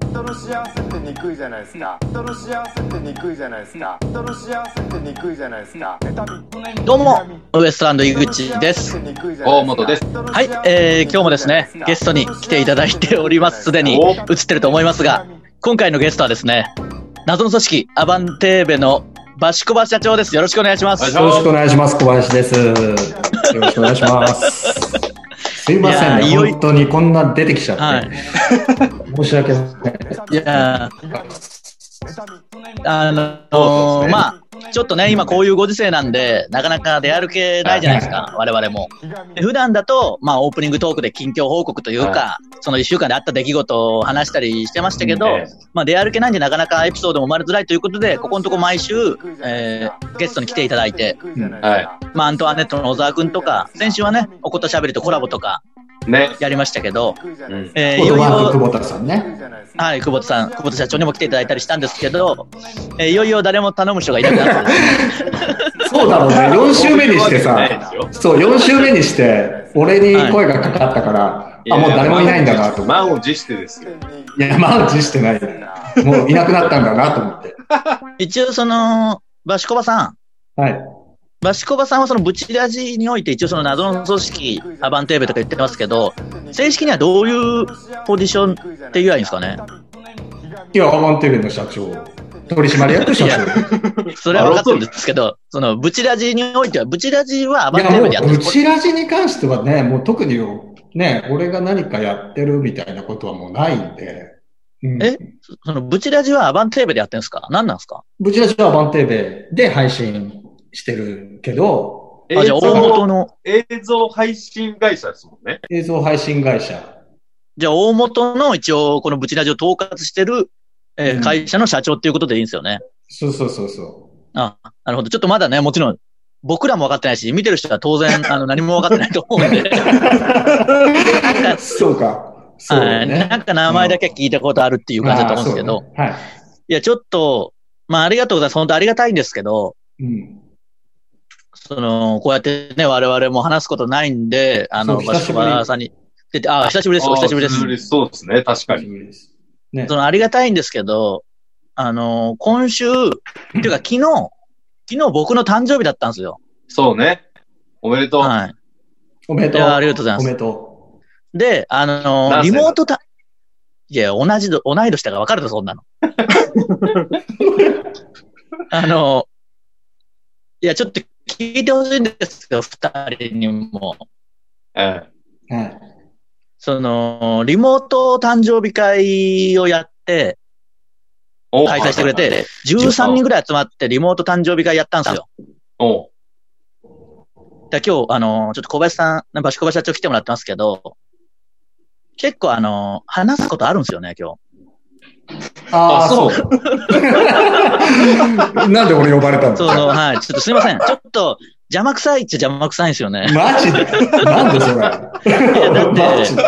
人の幸せってにくいじゃないですか人の幸せってにくいじゃないですか人の幸せってにくいじゃないですかどうも、ウエストランド井口です。大本ですはい、えー、今日もですね、ゲストに来ていただいております。すでにお映ってると思いますが、今回のゲストはですね、謎の組織、アバンテーベのバシコバ社長です。よろしくお願いします。およろしくお願いします。小林です。よろしくお願いします。すいませんねいやーいよい本当にこんな出てきちゃって。はい。申し訳ない。いやーあのーまあ、ちょっとね、今こういうご時世なんで、なかなか出歩けないじゃないですか、我々も。で普段だと、まあ、オープニングトークで近況報告というか、その1週間であった出来事を話したりしてましたけど、ええまあ、出歩けないんで、なかなかエピソードも生まれづらいということで、ここのとこ毎週、えーゲストに来ていただいて、はまあ、アントワネットの小沢くんとか、先週はね、おことしゃべりとコラボとかね。やりましたけど、うんえー言葉よ久保田さんね。はい、久保田さん、久保田社長にも来ていただいたりしたんですけど、えーいよいよ誰も頼む人がいなくなって、 そうだろうね。4週目にしてないでさすよ、そう、4週目にして、俺に声がかかったから、あ、もう誰もいないんだなと思っ満を持してですよ。て。いや、マウチしてない。もういなくなったんだなと思って。一応その、バシコバさん、はい。バシコバさんはそのブチラジにおいて一応その謎の組織、アバンテーベとか言ってますけど、正式にはどういうポジションって言えばいいんですかねいや、アマンテレビの社長。取締役社長。それは分かってるんですけど、そのブチラジにおいては、ブチラジはアいバンテや、ーもベでやってう、るうちラジに関してはね、もう特に、ね、俺が何かやってるみたいなことはもうないんで。うんえそのブチラジはアバンテーベでやってるんですか何なんですかブチラジはアバンテーベで配信してるけど、あ、じゃあ大元の、映像配信会社ですもんね。映像配信会社。じゃあ大元の一応このブチラジを統括してる、えーうん会社の社長っていうことでいいんですよね。そうそうそう そあ、なるほど。ちょっとまだね、もちろん、僕らも分かってないし、見てる人は当 然、あの、何も分かってないと思うんで、う。そうか。 そうはい、ね。なんか名前だけは聞いたことあるっていう感じだと思うんですけど、あー。そうねはいや、ちょっと、まあ、ありがとうございます。本当ありがたいんですけど、い。うん。その、こうやってね、我々も話すことないんで、あの、そうバ久しシぶりコバさんに出て、あ、久しぶりです、お久しぶりです。です。そうですね、確かに。です。ねそ。の、ありがたいんですけど、あの、今週、っていうか昨日、昨日僕の誕生日だったんですよ。そうね。おめでとう。はい。おめでと。いうやありがとうございますおめでとで、あのー何歳リだモートた、いや、同じど、同い年だから分かるぞ、そんなの。あのーいや、ちょっと聞いてほしいんですよ、二人にも。えう。はい。その、リモート誕生日会をやって、お開催してくれ。て、13人ぐらい集まってリモート誕生日会やったんですよ。おうだから今日、あのーちょっと小林さん、バシコバ社長来てもらってますけど、結構あのー話すことあるんですよね、今日。あああ、そそうう。 なんで俺呼ばれたのその、はい。ちょっとすいません。ちょっと、邪魔くさいっちゃ邪魔くさいんですよね。マジでなんでそれだってマジで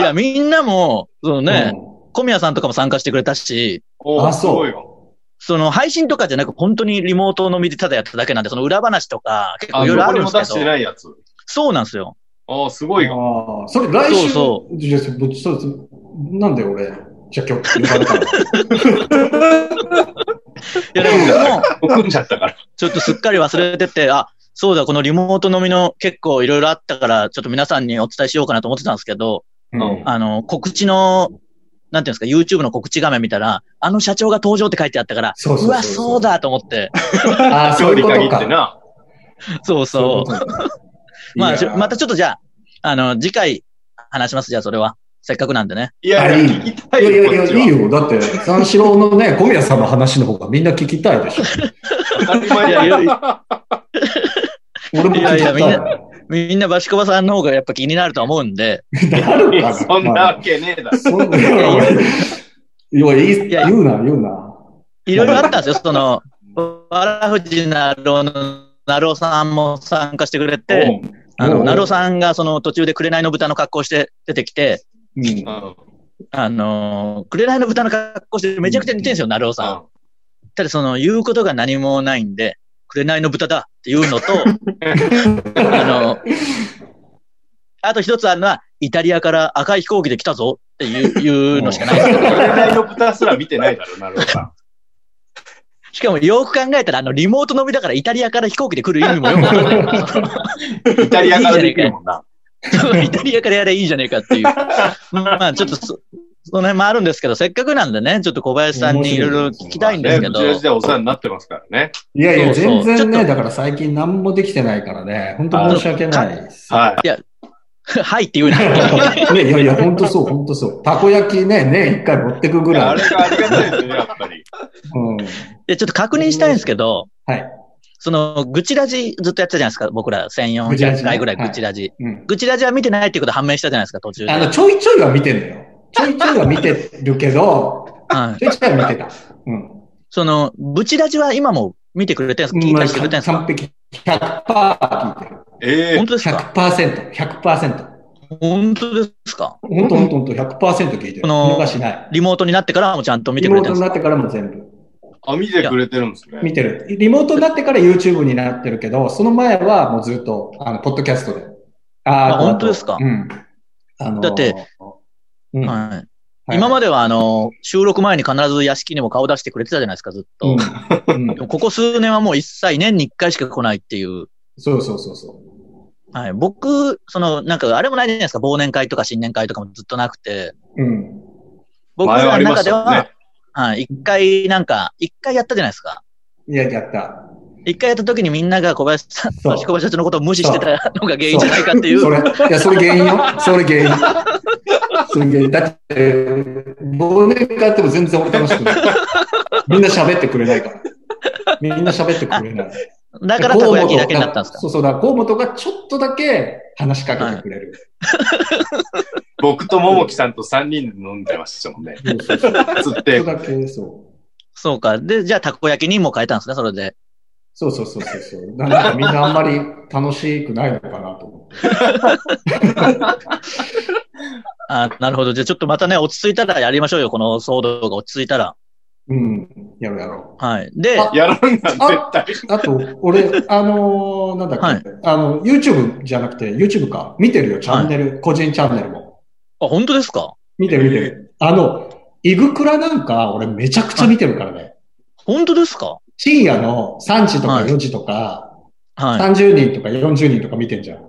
いや、みんなも、そのね、うん小宮さんとかも参加してくれたし、おあそうすごいよその配信とかじゃなく、本当にリモートのみでただやっただけなんで、その裏話とか、結構あ、いろいろあるんどでこにも出すしけてど、ないやつ。そうなんですよ。おすごいよ。ああ、それ来週。そそうそう。そうなんで俺、じゃあ今日 呼ばれたのいや、でも僕も、組んじゃったから。ちょっとすっかり忘れてて、あ、そうだ、このリモートのみの結構いろいろあったから、ちょっと皆さんにお伝えしようかなと思ってたんですけど、うんあの、告知の、なんていうんですか、YouTube の告知画面見たら、あの社長が登場って書いてあったから、そうそうそううわ、そうだと思って。ああ、そういうこ料理限とってか。な。そうそう。いうことかまあ、ちいょやまたちょっとじゃあ、あの、次回話します。じゃあ、それは。せっかくなんでね。いや、あいい聞きたいいやいよ、こやっいちや、いいは。よ。だって、三四郎のね、小 宮さんの話の方がみんな聞きたいでしょ。当たり前だいやい俺も聞きたい。いやいやみんみんな、バシコバさんの方がやっぱ気になると思うんで。なるかな。そんなわけねえだろ。そんな。いや、俺いいいや言うな、言うな。いろいろあったんですよ。その、わらふじなろうの、なろうさんも参加してくれて、あおの、うなろうさんがその途中で紅の豚の格好して出てきて、うん。うんあのー、紅の豚の格好してめちゃくちゃ似てるんですよ、なろうさん。ただその、言うことが何もないんで、紅の豚だっていうの と、あの、あと一つあるのは、イタリアから赤い飛行機で来たぞっていういうのしかないですけど、俺なりの豚すら見てないだろうな、ローさん。しかもよく考えたら、あの、リモート飲みだからイタリアから飛行機で来る意味もよくわ かんない。イタリアからできるもんな。イタリアからやればいいじゃねえかっていう。まあ、ちょっとそ、その辺もあるんですけど、せっかくなんでね、ちょっと小林さんにい ろいろ聞きたいんですけね、ど、ジ時代お世話になってますからね。 いやいや、そうそう全ちょ然っとね、だから最近何もできてないからね、本当申し訳ないです。ははいって言うな。ね、 いやいや、本当そう、本当そう。たこ焼きね、年一回持ってくい。ぐいやらあい。れがありがたいですね、やっぱり。うん。で、ちょっと確認したいんですけど、はい。その、愚痴ラジずっとやってたじゃないですか、僕ら愚痴ラ1400ジね回ぐらい愚痴ラジ。うん。愚痴ラジは見てないっていうこと判明したじゃないですか、途中で。あはの、ちょいちょいは見てんだよ。ちょいちょいは見てるけど、い。ちょいちょいは見てた。うん。その、ブチラジは今も見てくれてるんですか聞いたりしてくれてるんですか完璧。100%聞いてる。ええ本当ですか100%。100%。本当ですか本当本当本当100%聞いてる。この見逃しない。リモートになってからもちゃんと見てリくモれーてトるんにですなってからも全部あ、見てくれてるんですね。見てる。リモートになってから YouTube になってるけど、その前はもうずっと、あの、ポッドキャストで。ああ本当ですかうん。あのだって、うんか、はい今まではあの、収録前に必ず屋敷にも顔出してくれてたじゃないですか、ずっと。うんうんでもここ数年はもう一切年に一回しか来ないっていう。そうそうそうそう。はい、僕、その、なんか、あれもないじゃないですか。忘年会とか新年会とかもずっとなくて。うん。僕前はらあのりま中しでたもは、んね。はい、一回、なんか、一回やったじゃないですか。いや、やった。一回やった時にみんなが小林さん、そう小林社長のことを無視してたのが原因じゃないかっていう。 それ、いや、それ原因よ。それ原因。それ原因。だって、忘年会やっても全然俺楽しくない。みんな喋ってくれないから。みんな喋ってくれない。だからたこ焼きだけになったんですかそうそうだ、河本がちょっとだけ話しかけてくれる。僕と桃木さんと3人で飲んでましたもんね。そうそうそうちょっ釣ってと。だけ、そう。そうか。で、じゃあたこ焼きにも変えたんですね、それで。そうそうそうそうそう。なんかみんなあんまり楽しくないのかなと思って。あなるほど。じゃあちょっとまたね、落ち着いたらやりましょうよ、この騒動が落ち着いたら。うん。やろうやろはい。で、あやるんだ、絶対。う。あと、俺、あのーなんだっけ、はいあの、YouTube じゃなくて、YouTube か。見てるよ、チャンネル。個人チャンネルも。あ、本当ですか見てる見てる。あの、イグクラなんか、俺めちゃくちゃ見てるからね。本当ですか深夜の3時とかはい4時とか、はい。 30人とか40人とか見てんじゃん。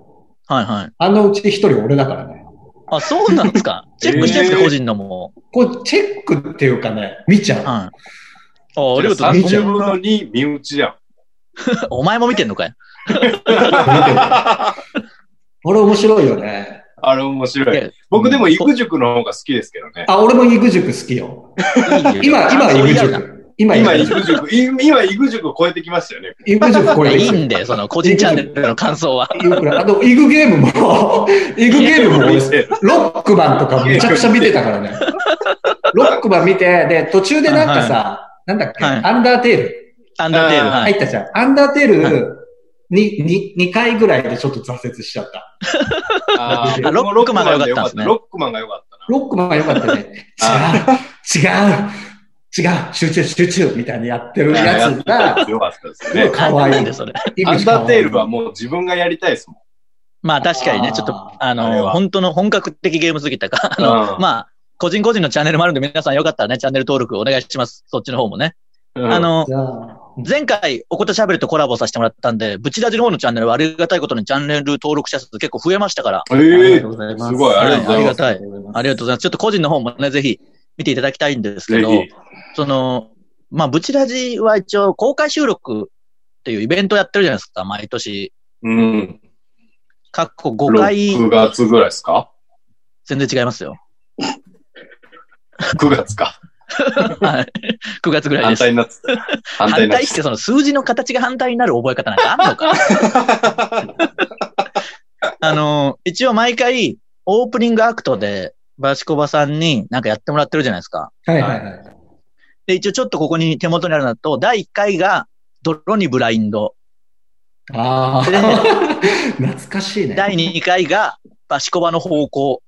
はいはい。あのうち一人俺だからね。あ、そうなんですかチェックしてるんですか、個人のも。こう、チェックっていうかね、見ちゃはう。い。あ、ありがとうございま30す。分の2身内じゃん。お前も見てんのかい見てる俺面白いよね。あれ面白いやい。僕でも育塾の方が好きですけどね。あ、俺もイグ塾好きよ。今、今イグ塾。今イ今、グ育塾。塾、今、育塾超えてきましたよね。イグ塾超えていいきてんで、その個人チャンネルの感想は。イグクラあの、イグゲーム も、イグゲームも俺見てるロックマンとかめちゃくちゃ見てたからね。ロックマン見て、で、途中でなんかさ、なんだっけ、はいアンダーテールアンダーテール。は入い。ったじゃん。アンダーテールに、に、2回ぐらいでちょっと挫折しちゃった。あーあロックマンが良かったんですねロックマンが良かったな。ロックマン良かったね。違う、違う、違う、集中、集中みたいにやってるやつが、良かったですよすごいね。可愛ないんで。それ。井口可ア愛いンダーテールはもう自分がやりたいですもん。まあ確かにね、あーちょっと、ああれの、は本当の本格的ゲームすぎたか。あの、うんまあ、個人個人のチャンネルもあるんで、皆さんよかったらね、チャンネル登録お願いします。そっちの方もね。うんあ、のじ、ゃあ、前回、おことしゃべりとコラボさせてもらったんで、ブチラジの方のチャンネルはありがたいことにチャンネル登録者数結構増えましたから、えありがえとうございますすごいありがとうございますはいありがたいありがとうございます。ちょっと個人の方もね、ぜひ見ていただきたいんですけぜど、ひ。その、まあ、ブチラジは一応公開収録っていうイベントやってるじゃないですか、毎年。うん。かっこ5回、 6月ぐらいですか全然違いますよ。 ?9 月か。はい。9月ぐ らい反です。対になってた。反対反になっ対てして、その数字の形が反対になる覚え方なんかあんのか あの、一応毎回、オープニングアクトで、バシコバさんになんかやってもらってるじゃないですか。はいはいはい。で、一応ちょっとここに手元にあるのだと、第1回が、泥にブラインド。あであ、 懐かしいね。第2回が、バシコバの方向。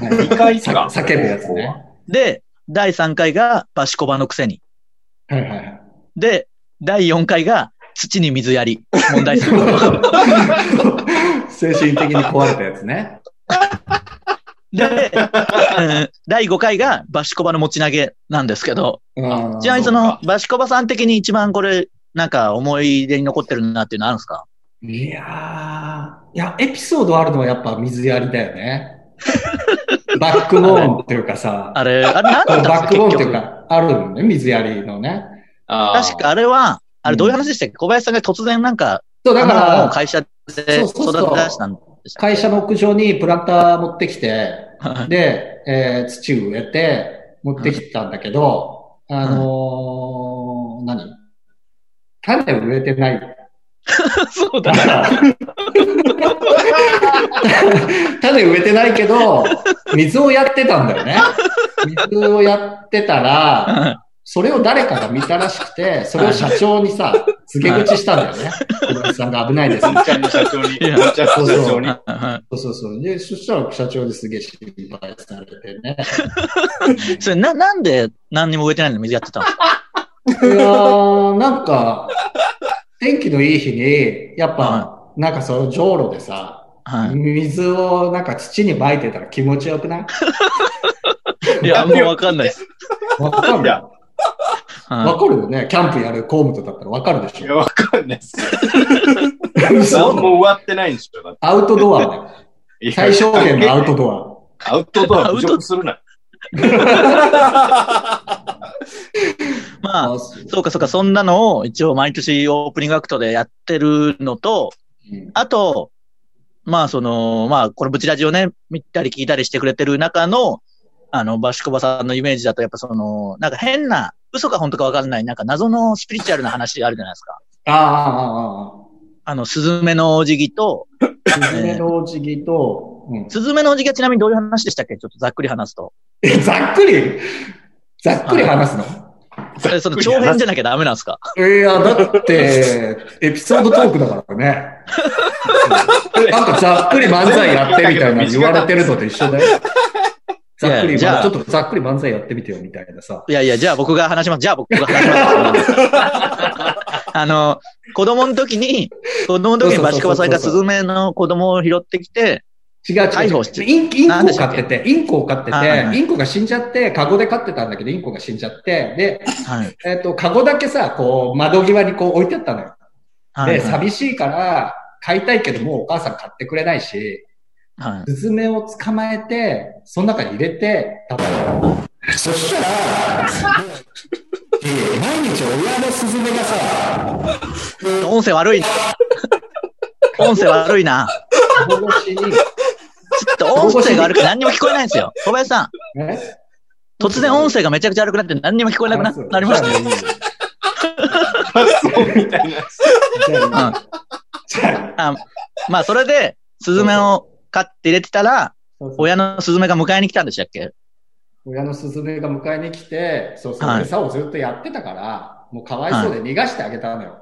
はいた。2回っすかさ叫ぶやつね。で、第3回が、バシコバのくせに。はいはいはい。で、第4回が、土に水やり。問題 する。精神的に壊れたやつね。で、うん第5回がバシコバの持ち投げなんですけど、あーちなみにそそうのか、バシコバさん的に一番これ、なんか思い出に残ってるなっていうのあるんですかいやー、いや、エピソードあるのはやっぱ水やりだよね。 バックボーンっていうかさ、あれ、あれ何だったんですバかックボーン結っていう局。か、あるのね、水やりのね。あー確かあれは、あれどういう話でしたっけ小林さんが突然なんか、そう、だか花をら、会社で育て出した んでしたっ会社の屋上にプランター持ってきて、けで、えー土植えて、持ってきたんだけど、あのー、何種植えてない。そうだだから、種植えてないけど、水をやってたんだよね。水をやってたら、な。それを誰かが見たらしくて、それを社長にさ、告げ口したんだよね。小林さんが危ないです。おっちゃんの社長に、いやおっちゃんの社長に。そうそうそう。で、そしたら社長ですげえ心配されてね。 それな、なんで何にも植えてないのに水やってたんですかいやー、なんか、天気のいい日に、やっぱ、なんかその上路でさ、はい水をなんか土に撒いてたら気持ちよくないいや、もうわかんないです。わかいるやわはかるよね。キャンプやるコウムとだったらわかるでいしや、ょ。わかんないっすよ。嘘 何も終わってないんでしょ、だっアウトドアだよ。て。最小限のアウトドアウトドア侮辱するな。いまア。あ、あそうそうかそうか、そんなのを一応毎年オープニングアクトでやってるのと、うんあと、まあその、まあこのブチラジをね、見たり聞いたりしてくれてる中の、あの、バシコバさんのイメージだと、やっぱその、なんか変な、嘘か本当かわかんない、なんか謎のスピリチュアルな話があるじゃないですか。ああ、ああの、スズメのお辞儀と、あ、ああ。爪のお辞儀と、うんスズメのお辞儀はちなみにどういう話でしたっけちょっとざっくり話すと。え、ざっくりざっくり話すのえその長編じゃなきゃダメなんですかいや、だって、エピソードトークだからね。 なんかざっくり漫才やってみたいな言われてるのと一緒だよ。ざっくいやり、じゃまああちょっとざっくり漫才やってみてよみたいなさ。いやいや、じゃあ僕が話します。じゃあ僕が話します。 あの、子供の時に、子供の時にバシコバさんがスズメの子供を拾ってきて、違う違う逮捕し違てう。インインなんコでをした飼っっけてて、インコを飼ってはいはいはいて、インコが死んじゃって、カゴで飼ってたんだけど、インコが死んじゃって、で、はい。えっ、と、カゴだけさ、こう、窓際にこう置いてあったのよ。はい。で、はい寂しいから、飼いたいけど、もうお母さん買ってくれないし、はい。スズメを捕まえて、その中に入れて、食べたそしたら、毎日親のスズメ がさ、音声悪い。音声悪いな。保護しに、ちょっと音声が悪くて何にも聞こえないんですよ。小林さん、え突然音声がめちゃくちゃ悪くなって何にも聞こえなくななりましたよ。そうみたいな。じゃあじゃああまあ、それで、スズメを飼って入れてたら、そうそう親のスズメが迎えに来たんでしたっけ親のスズメが迎えに来て、そうそう、はい餌をずっとやってたから、もうかわいそうで逃がしてあげたのよ。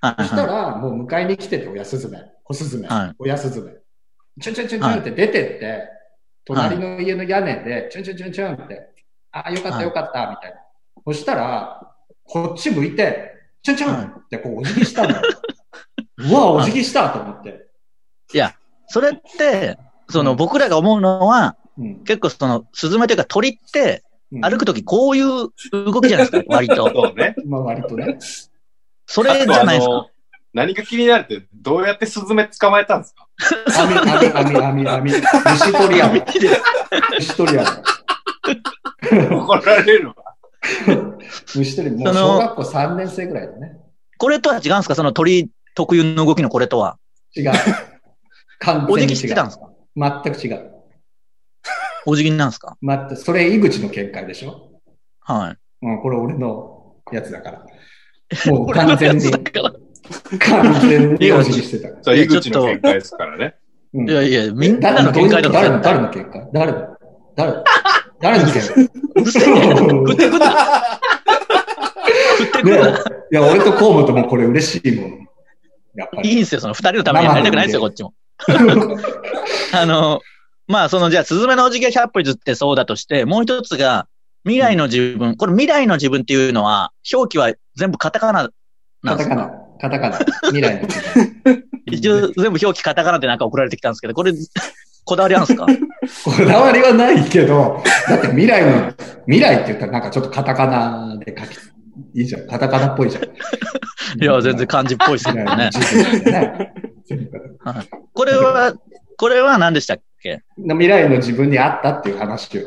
はいそしはたら、もう迎えに来てて、親スズメ、子スズメはい、親スズメ。チュンチュンチュンチュンって出てって、隣の家の屋根で、チュンチュンチュンチュンって、あ、よかっはたいよかった、みたいな。そしたら、こっち向いて、チュンチュンってこうお辞儀し たのよ。うわ、お辞儀したと思って。い。それって、そうのん僕らが思うのは、うん結構その、スズメというか鳥って、うん歩くときこういう動きじゃないですか、割と。そうね。まあ割と ね。それじゃないですあとか。あの何が気になるって、どうやってスズメ捕まえたんですか網、網、網、網、網。虫取り網。虫取り網。怒られるわ。虫取り、もうその小学校3年生ぐらいだね。これとは違うんですかその鳥特有の動きのこれとは。違 う。完お全辞に儀して違うたんですか。全く違う。お辞儀なんですか待って、それ井口の見解でしょはい。うん、これ俺のやつだ から。もう完全にだ、から完全にお辞儀してたから。そう、いや井口の見解ですからね。うんいやいや、みんな誰のの見解だと誰絶の誰対。の見解誰の誰の誰 の見解うるせえ食ってくんな。食ってくんな。ねいや、俺と河本ともこれ嬉しいもん。やっぱいいり。んですよ、その二人のためになりたくないですよ、こっちも。あの、まあ、その、じゃあ、スズメのおじぎは100歩譲ってそうだとして、もう一つが、未来の自分。これ、未来の自分っていうのは、表記は全部カタカナな カんでタすカかナ。カタカナ。未来の見解一応、全部表記カタカナでなんか送られてきたんですけど、これ、こだわりあるんですかこだわりはないけど、だって未来の、未来って言ったらなんかちょっとカタカナで書き、いいじゃん。カタカナっぽいじゃん。いや、全然漢字っぽいです未け来どのね。人生だよね。全部これは、これは何でしたっけ未来の自分にあったっていう話を。あ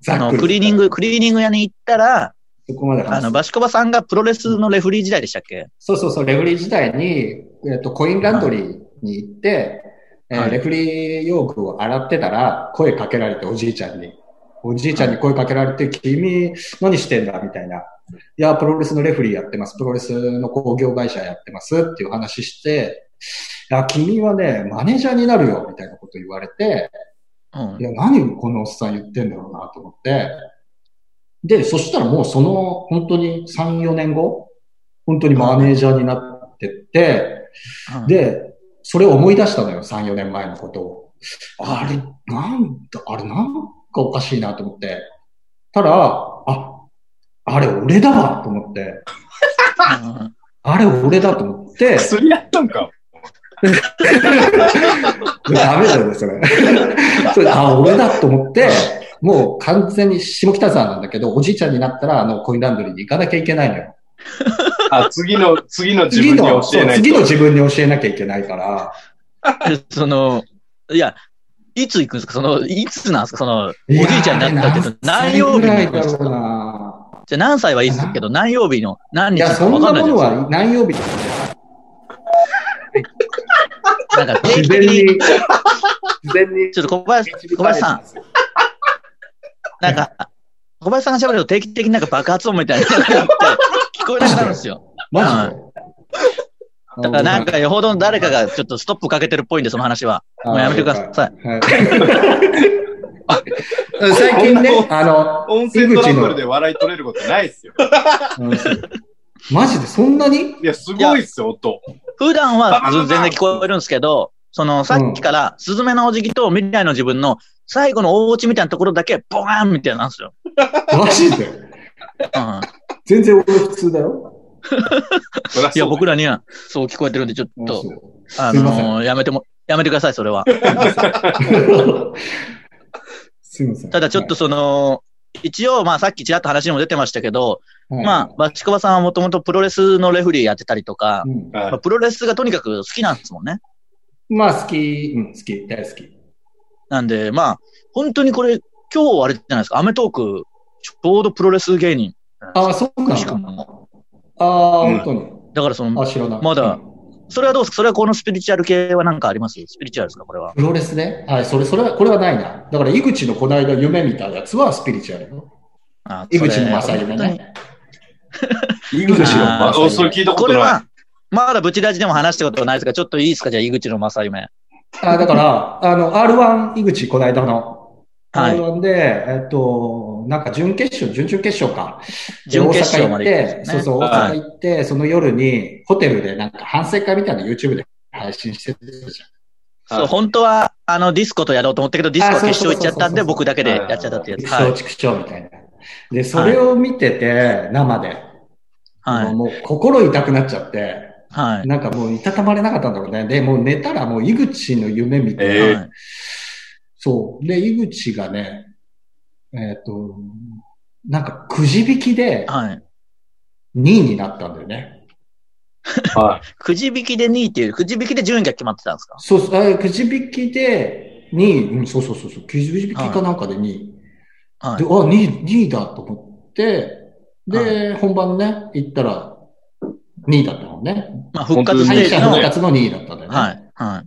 ざっの、くり。クリーニング、クリーニング屋に行ったら、そこまであ話の、す。バシコバさんがプロレスのレフリー時代でしたっけそうそうそう、レフェリー時代に、えっと、コインランドリーに行って、えーはいレフェリー用具を洗ってたら、声かけられて、おじいちゃんに。おじいちゃんに声かけられて、君、何してんだみたいな。いや、プロレスのレフェリーやってます。プロレスの工業会社やってますっていう話して、いや、君はね、マネージャーになるよみたいなこと言われて、うんい。や、何このおっさん言ってんだろうなと思って。で、そしたらもうその、本当に3、4年後、本当にマネージャーになってって、うん、で、それを思い出したのよ、3、4年前のことを。あれ、なんだ、あれなんかおかしいなと思って。たら、あ、あれ俺だわと思って。うんあれ俺だと思って。薬やったんか。ダメだよ ね、それ。それあ、俺だと思って、もう完全に下北沢なんだけど、おじいちゃんになったら、あの、コインランドリーに行かなきゃいけないのよ。あ、次の、次の自次分にの、教そえうない次のと。自分に教えなきゃいけないから、で その、いや、いつ行くんですかその、いつなんですかその、おじやいちゃんになったっていうの何曜日にぐら行いくんだですろうかなじゃあ何歳はいいですけど、何曜日の、何い日や、かそわんかなんないもじゃのないは何曜日ですか。なんか定自期然的に、に、自然に。ちょっと小林、小林さん、なんか、小林さんが喋ると定期的になんか爆発音みたいなのがあって、聞こえなくなるんですよ。マジでだからなんか、よほど誰かがちょっとストップかけてるっぽいんで、その話は。あーもうやめてください。はい最近ね、あの、音声トラブルで笑い取れることないっすよ。マジでそんなにいや、すごいっすよ、音。普段はず全然聞こえるんですけど、その、さっきから、スズメのおじぎと未来の自分の最後のお家みたいなところだけ、ボーンみたいなんですよ。マジでうん。全然俺普通だよ。そらそういや、僕らにはそう聞こえてるんで、ちょっと、あすいませのーやめても、やめてください、それは。 すいません。ただちょっとその、一応、まあさっきちらっと話にも出てましたけど、はい、まあ、バチコバさんはもともとプロレスのレフェリーやってたりとか、うんはまあプロレスがとにかく好きなんですもんね。まあ好き、うん、好き、大好き。なんで、まあ、本当にこれ、今日あれじゃないですか、アメトーク、ちょうどプロレス芸人。ああ、そうなんしかだ。も。ああ、うん本当に。だからその、あ、知らない。まだ。それはどうですかそれはこのスピリチュアル系はなんかありますスピリチュアルですかこれは。プロレスね。はい、それ、それは、これはないな。だから、井口のこないだ夢見たやつはスピリチュアルよ。あ井それ口の正夢ね。い。井口のあーあそれ聞いたこことれなは、まだブチラジでも話したことないですが、ちょっといいですかじゃあ、井口の正夢。あだから、あの、R1 井口こないだの。はい。 R1 で、えっと、なんか準決勝、準々決勝か。準決勝まで行大きまして阪行っ、たね。そうそう、大は阪行って、その夜に、ホテルでなんか反省会みたいなの YouTube で配信してたじはそ、いう本当は、あの、ディスコとやろうと思ったけど、ディスコは決勝行っちゃったんで、あそうそうそうそう僕だけでやっちゃったってやゃん。つ。一はい生。畜生みたいな。で、それを見てて、生で、はい。もう心痛くなっちゃって、はい。なんかもういたたまれなかったんだろうね。で、もう寝たらもう井口の夢見て、えーはいそう。で、井口がね、えっ、と、なんかくじ引きではい。 2位になったんだよね。はくじ引きで2位っていう、くじ引きで順位が決まってたんですかそうそう、あくじ引きで2位、うん、そうそうそうそう、くじ引きかなんかで2位。はで、いあ、。2位、2位だと思って、で、本番ね、行ったら、2位だったのね。まあ、復活ス本当敗テーに者ジの、のね2つの2位だったんだよね。はい。は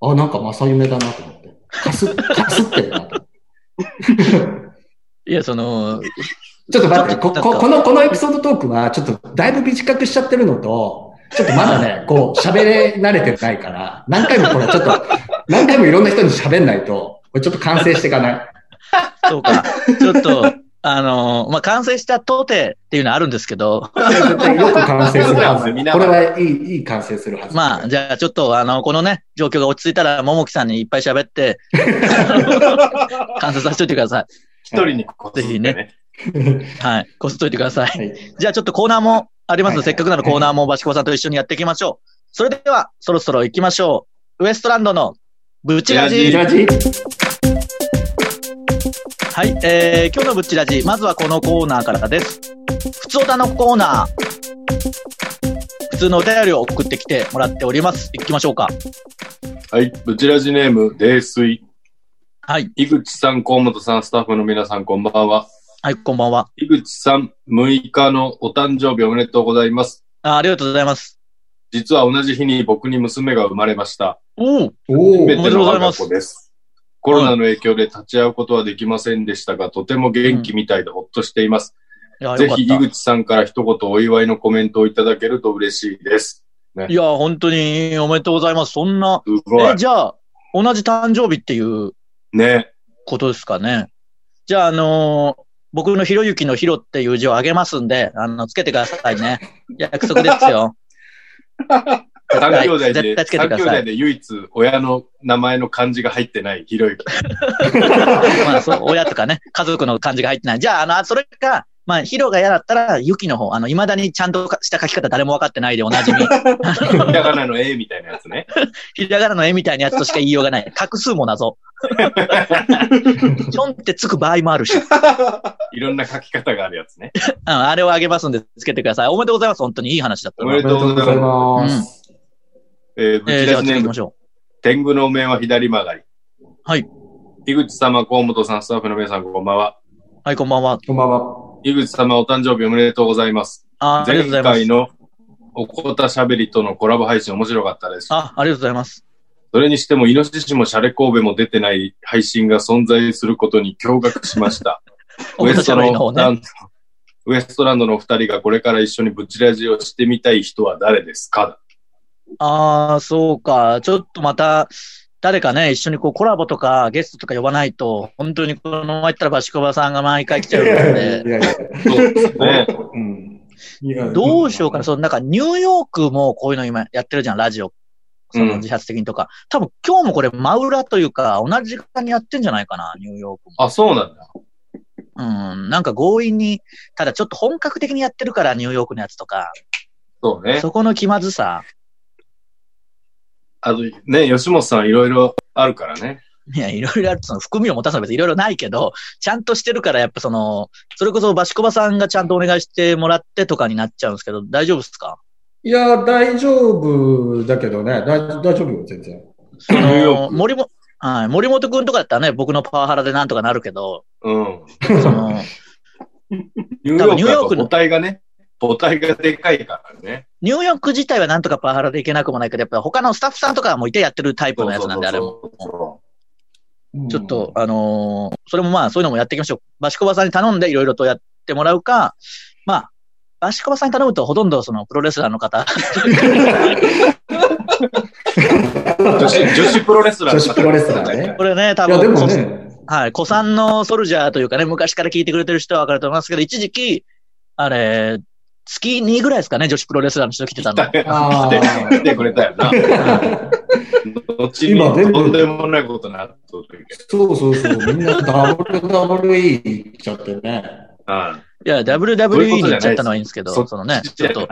あ、なんか正夢だなと思って。か す、かすってるなと。い。いや、その、ちょっと待って、こ、ちょっとここの、このエピソードトークは、ちょっとだいぶ短くしちゃってるのと、ちょっとまだね、こう、喋れ慣れてないから、何回もこれちょっと、何回もいろんな人に喋んないと、これちょっと完成していかない。そうか。ちょっと、あの、まあ、完成したとてっていうのはあるんですけど、絶対よく完成するはず。そうなんですよこれはいい、いい完成するはず。まあ、じゃあちょっと、あの、このね、状況が落ち着いたら、ももきさんにいっぱい喋って、完成させといてください。一人にこっそりぜひい。はい。こすっといてください。はい。じゃあちょっとコーナーもありますのはいで、せっかくならコーナーもバシコさんと一緒にやっていきましょう。それでは、そろそろ行きましょう。ウエストランドのブチラジ。ラジはい、えー、今日のブチラジ、まずはこのコーナーからです。普通歌のコーナー。普通のお便りを送ってきてもらっております。行きましょうか。はい。ブチラジネーム、泥水。はい。井口さん、河本さん、スタッフの皆さん、こんばんは。はい、こんばんは。井口さん、6日のお誕生日おめでとうございます。あありがとうございます。実は同じ日に僕に娘が生まれました。おお、おお初めてのおめでとうござい我まがす子です。コロナの影響で立ち会うことはできませんでしたが、とても元気みたいでほっとしています。いや、ぜよかっひ、井た。口さんから一言お祝いのコメントをいただけると嬉しいです。いや、本当におめでとうございます。そんな、すごいえ、。じゃあ、同じ誕生日っていうね。ことですかね。じゃあ、あのー僕のひろゆきのひろっていう字をあげますんで、あの、つけてくださいね。 約束ですよ。三兄弟絶で、対つけて三くだ兄さ弟い。で唯一親の名前の漢字が入ってない、ひろゆき。まあ、そう、親とかね、家族の漢字が入ってない。じゃあ、あの、それか、まあ、ひろが嫌だったら、ゆきの方、あの、未だにちゃんとした書き方誰も分かってないでおなじみ、 ひらがなの A みたいなやつね。ひらがなの絵みたいなやつとしか言いようがない。画数も 謎。ちょんってつく場合もあるし。うん、いろんな書き方があるやつね。あれをあげますんで、つけてください。おめでとうございます。本当にいい話だったおなめでとうございます。ます。えー、ぶえーちじゃあ、出し次行ネーきムましょ天狗のお面は左曲がり。はい。井口様、河本さん、スタッフの皆さん、こんばんは。う。はい、こんばんは。こんばんは。井口様、お誕生日おめでとうございます。あーありがと前うございます回。のおこたしゃべりとのコラボ配信面白かったです。あ、ありがとうございます。それにしても、イノシシもシャレ神戸も出てない配信が存在することに驚愕し ました。ウエストお便りのの方ラね。ンド、ウエストランドのお二人がこれから一緒にブチラジをしてみたい人は誰ですかああ、そうか。ちょっとまた、誰かね、一緒にこうコラボとかゲストとか呼ばないと、本当にこのまま行ったらバシコバさんが毎回来ちゃうの で、 やいや。そうです ね。うんいやどうしようかな。そのなんかニューヨークもこういうの今やってるじゃん、ラジオ。その自発的にとか。多分今日もこれ真裏というか、同じ時間にやってんじゃないかな、ニューヨークも。あ、そうなんだ。うん、なんか強引に、ただちょっと本格的にやってるから、ニューヨークのやつとか、そうね。そこの気まずさ。あと、ね、吉本さんいろいろあるからね。いや、いろいろある。その含みを持たすのは別にいろいろないけど、ちゃんとしてるから、やっぱその、それこそバシコバさんがちゃんとお願いしてもらってとかになっちゃうんですけど、大丈夫ですかいや、大丈夫だけどね。大大丈夫よ、全然。そニューヨーの、ク森も、はい、森本くんとかだったらね、僕のパワハラでなんとかなるけど、うん。その、ニューヨークだと母体がね、母体がでかいからね。ニューヨーク自体はなんとかパワハラでいけなくもないけど、やっぱ他のスタッフさんとかもいてやってるタイプのやつなんで、あれも。も。ちょっと、あのーそれもまあ、そういうのもやっていきましょう。バシコバさんに頼んでいろいろとやってもらうか、まあ、バシコバさんに頼むとほとんどそのプロレスラーの方、女子、女子プロレスラー女子プロレスラーねこ。れね、多いや、で分、もね、はい、古参のソルジャーというかね、昔から聞いてくれてる人はわかると思いますけど、一時期、あれ、月2ぐらいですかね、女子プロレスラーの人来てたの。あ来て、来てくれたよな。後にとんでもないことになっとるけど。そうそうそう、みんな WWE 行っちゃってね。あいや、WWE に行っちゃったのはいいんですけど、そそういうのあね、ちょっと、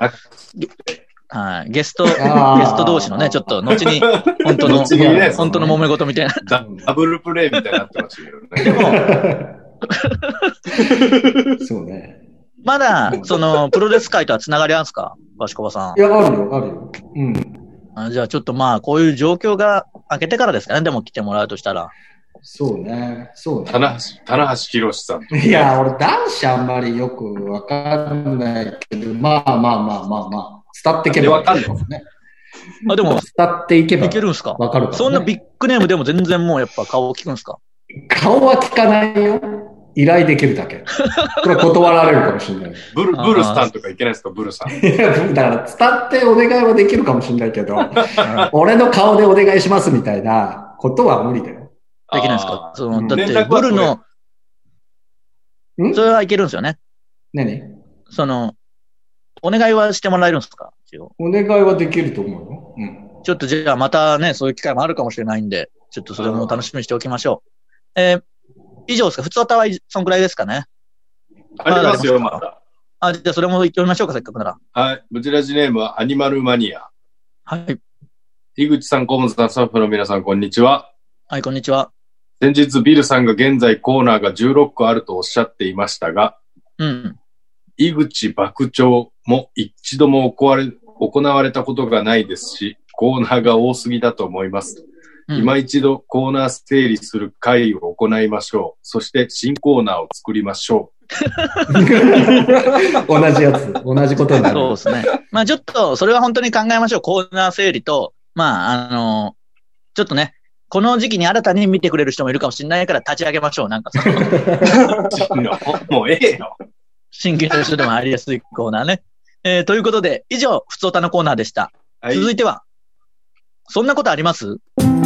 はい、ゲスト、ゲあースト同士のね、ちょっと、後に、本当の後にね、本当の揉め事みたいな。ダダブルプレイみたいになってましたけどね。でも、そうね。まだ、その、プロレス界とはつながりあるんですかバシコバさんい。や、あるよ、あるよ。うん。あじゃあ、ちょっとまあ、こういう状況が明けてからですかね、でも来てもらうとしたら。そうね。そうね。棚橋、棚橋博さん。いや、俺男子あんまりよくわかんないけど、まあまあまあまあまあ、伝っていけば。わかんないね。あ、でも、伝っていけばい。けるんすかわかるから、ね。そんなビッグネームでも全然もうやっぱ顔を聞くんですか顔は聞かないよ。依頼できるだけ。これ断られるかもしれない。ブル、ブルさんとかいけないですか、ブルさん。いや だから、伝ってお願いはできるかもしれないけど、俺の顔でお願いしますみたいなことは無理だよ。できないですかそうんの、だっ連て、絡はブ取れルの、んそれはいけるんですよね。何その、お願いはしてもらえるんですか一応お願いはできると思うよ。うん。ちょっとじゃあまたね、そういう機会もあるかもしれないんで、ちょっとそれも楽しみにしておきましょう。えー以上ですか普通歌はいそんくらいですかねありますよ、まだ。あ、じゃあそれも言ってみましょうか、せっかくなら。はい。ブチラジネームはアニマルマニア。はい。井口さん、河本さん、スタッフの皆さん、こんにちは。はい、こんにちは。先日ビルさんが現在コーナーが16個あるとおっしゃっていましたが、うん。井口爆長も一度も行われ行われたことがないですし、コーナーが多すぎだと思います。うん今一度コーナー整理する会を行いましょう。そして新コーナーを作りましょ 同じやつ、同じことになる。そうですね。まあちょっと、それは本当に考えましょう。コーナー整理と、まあ、あのちょっとね、この時期に新たに見てくれる人もいるかもしれないから立ち上げましょう。なん かその、う。もうええよ。新規としてでもありやすいコーナーね。えー、ということで、以上、ふつおたのコーナーでした。はい。続いては、そんなことありますえー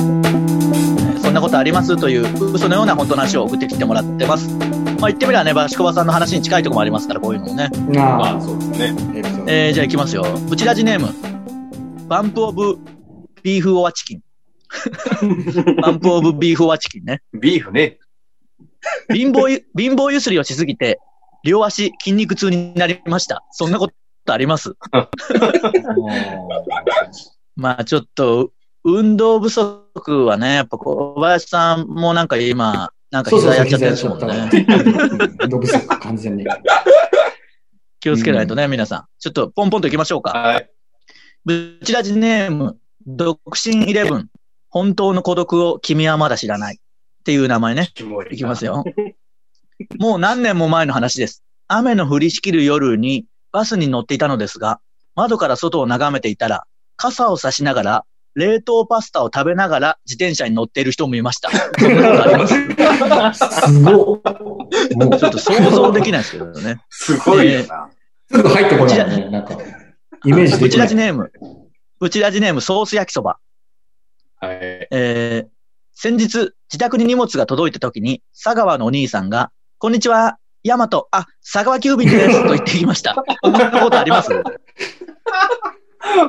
そんなことありますという嘘のような本当の話を送ってきてもらってます。まあ言ってみればね、バシコバさんの話に近いところもありますから、こういうのもね。なまああ、そうですね。エピソードえー、じゃあ行きますよ。ブチラジネーム。バンプオブビーフオアチキン。 バンプオブビーフオアチキンね。ビーフね。貧乏ゆ、貧乏ゆすりをしすぎて、両足筋肉痛になりました。そんなことありますまあちょっと、運動不足はね、やっぱ小林さんもなんか今、なんかそうそう膝そやう、っちゃってるんですもん膝やっね。ちゃった。ドブス完全に。気をつけないとね、皆さん。ちょっとポンポンと行きましょうか。はい。ブチラジネーム、独身イレブン、本当の孤独を君はまだ知らない。っていう名前ね。キモいいきますよ。もう何年も前の話です。雨の降りしきる夜にバスに乗っていたのですが、窓から外を眺めていたら、傘を差しながら、冷凍パスタを食べながら自転車に乗っている人もいま した。そんなことありますすごっ。もうちょっと想像できないですけどね。すごいよな。すぐ入ってこないよね、なんか。イメージブでチきラなジい。ネーム。ブチラジネームソース焼きそば。はい。えー先日、自宅に荷物が届いた時に、佐川のお兄さんが、こんにちは、ヤマト、あ、佐川急便です、と言ってきま した。こんなことあります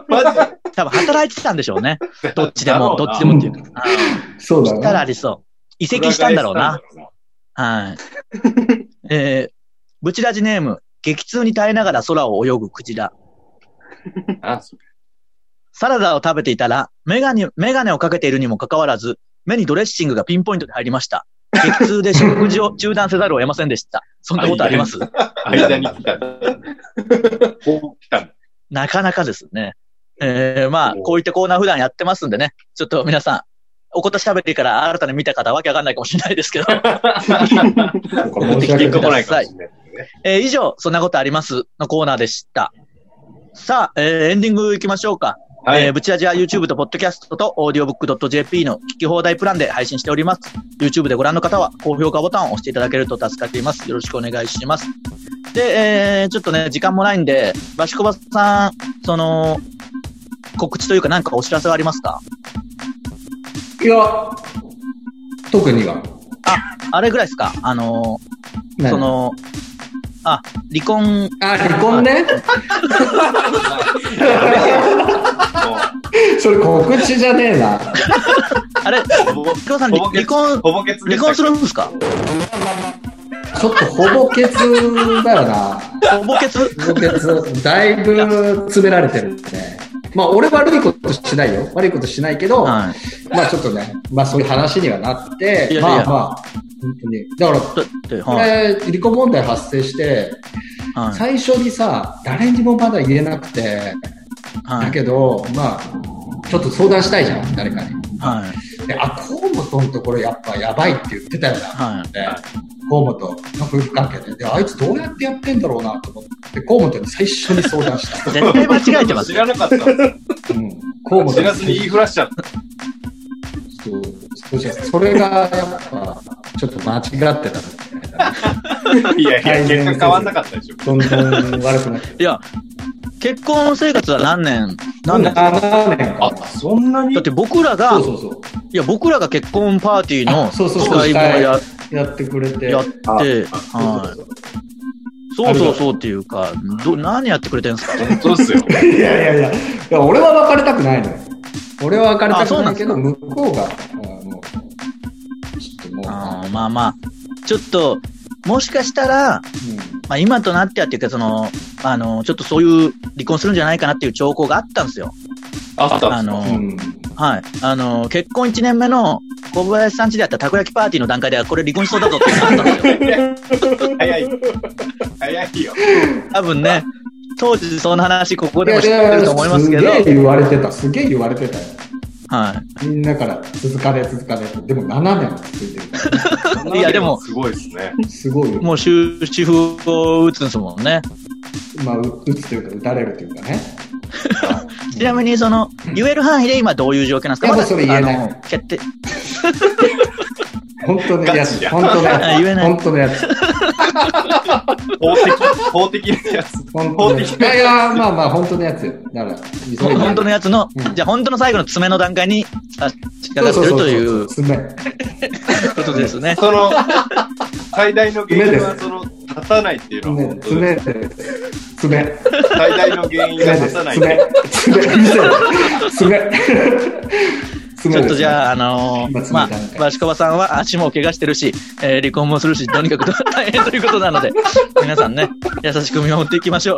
マジで多分働いてたんでしょうね。どっちでだろも、うなどっちでもっていう。あそうーだしたらあね。りそう。移籍したんだろうな。。 はい。えー、ブチラジネーム、激痛に耐えながら空を泳ぐクジラ。あ、そサラダを食べていたら、メガネ、メガネをかけているにもかかわらず、目にドレッシングがピンポイントで入りました。激痛で食事を中断せざるを得ませんでした。そんなことあります間に来た。 こう来たんだ。なかなかですね。えー、まあ、おうこういったコーナー普段やってますんでね、ちょっと皆さん、おこたしゃべりから新たに見た方はわけわかんないかもしれないですけど、なんか持っ申てしき訳て結く果ない。来だないかもしれない。えー、以上、そんなことありますのコーナーでした。さあ、えー、エンディング行きましょうか。はえーい。ブチラジは YouTube と Podcast と audiobook.jp の聞き放題プランで配信しております。YouTube でご覧の方は高評価ボタンを押していただけると助かっています。よろしくお願いします。で、えー、ちょっとね、時間もないんで、バシコバさん、その、告知というか何かお知らせはありますかいや、特には。あれぐらいですかあのー、その、あ、離婚、あ、離婚ね。それ告知じゃねえな。あれ、もうヒロさん、ほぼ離け婚、ほぼけつで離婚したするんですかちょっとほぼケツだよな。おぼけつほぼケツ。だいぶ詰められてるね。まあ俺悪いことしないよ。悪いことしないけど、はい。まあちょっとね、まあそういう話にはなって、いやいやまあまあ、本当に。だから、こちょっと、はい。れ、離婚問題発生して、はい。最初にさ、誰にもまだ言えなくて、はだい。けど、まあ、ちょっと相談したいじゃん、誰かに。はい。で、あ、河本のところやっぱやばいって言ってたよな。はい。で河本の夫婦関係で。で、あいつどうやってやってんだろうなと思って、河本に最初に相談した。絶対間違えてます知よ。らなかったんです。うん。河本知らずに言いふらしちゃった。そうそうじゃんそれがやっぱ、ちょっと間違ってたんだよね。いやいや、結果変わんなかったでしょ。どんどん悪くなって。 いや、結婚生活は何年何年だ ?7 年か。そんなにって僕らがそう、そうそいや、僕らが結婚パーティーのあそうそう司そう会もやっう。やってくれて。やって、はい。そうそうそうっていうか、ど、何やってくれてんすか本当ですよ。い。いやいやいや、いや俺は別れたくないのよ。俺は別れたくないけど、向こうが、うんもう、ちょっともう、あーまあまあ、ちょっと、もしかしたら、まあ今となってはっていうか、その、あの、ちょっとそういう離婚するんじゃないかなっていう兆候があったんですよ。あったあんですのう、ん。うんはい。あの、結婚1年目の小林さんちでやったたこ焼きパーティーの段階では、これ離婚しそうだぞっていうのがあったんですよ。早い。早いよ。多分ね、当時その話、ここいでもや知ってると思いますけど、すげえ言われてた、すげえ言われてたよ。はみんなから続かねえ続かねえってでも7年続いてるかいやでもすごいですね。ら。すごいよい。。もう終止符を打つんですもんね。まあ、う打つというか、打たれるというかね。ちなみに、その、言える範囲で今どういう状況なんですかいやまだもうそれ言えないあの決定。本当のやガつチ。や本当のあ言えやつ。ない本当のやつ。法的、法的なやつ。本当のやつ。いやいや、まあまあ、本当のやつよ。だから、急いで本当のやつの、うんじゃあ本当の最後の爪の段階に差し掛かそっうてるそうといそううそう。爪。ことですね。その、最大の原因は、その、立たないっていうのは爪本、当で爪す、爪、最大の原因が爪で立すたない。爪、爪、見せろ爪、爪。ちょっとじゃあ、あの今ー、爪まあの段階、バシコバさんは足も怪我してるし、えー離婚もするし、とにかく大変ということな ので、皆さんね、優しく見守っていきましょう。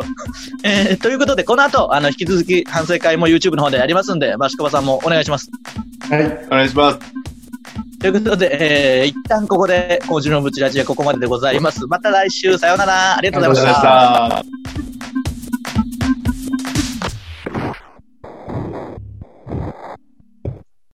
えーということで、この後、あの、引き続き反省会も YouTube の方でやりますんで、バシコバさんもお願いします。はい。お願いします。ということで、えー一旦ここで、今週のブチラジはここまででございます。また来週、さようなら。ありがとうございましお疲れ様でたし。た。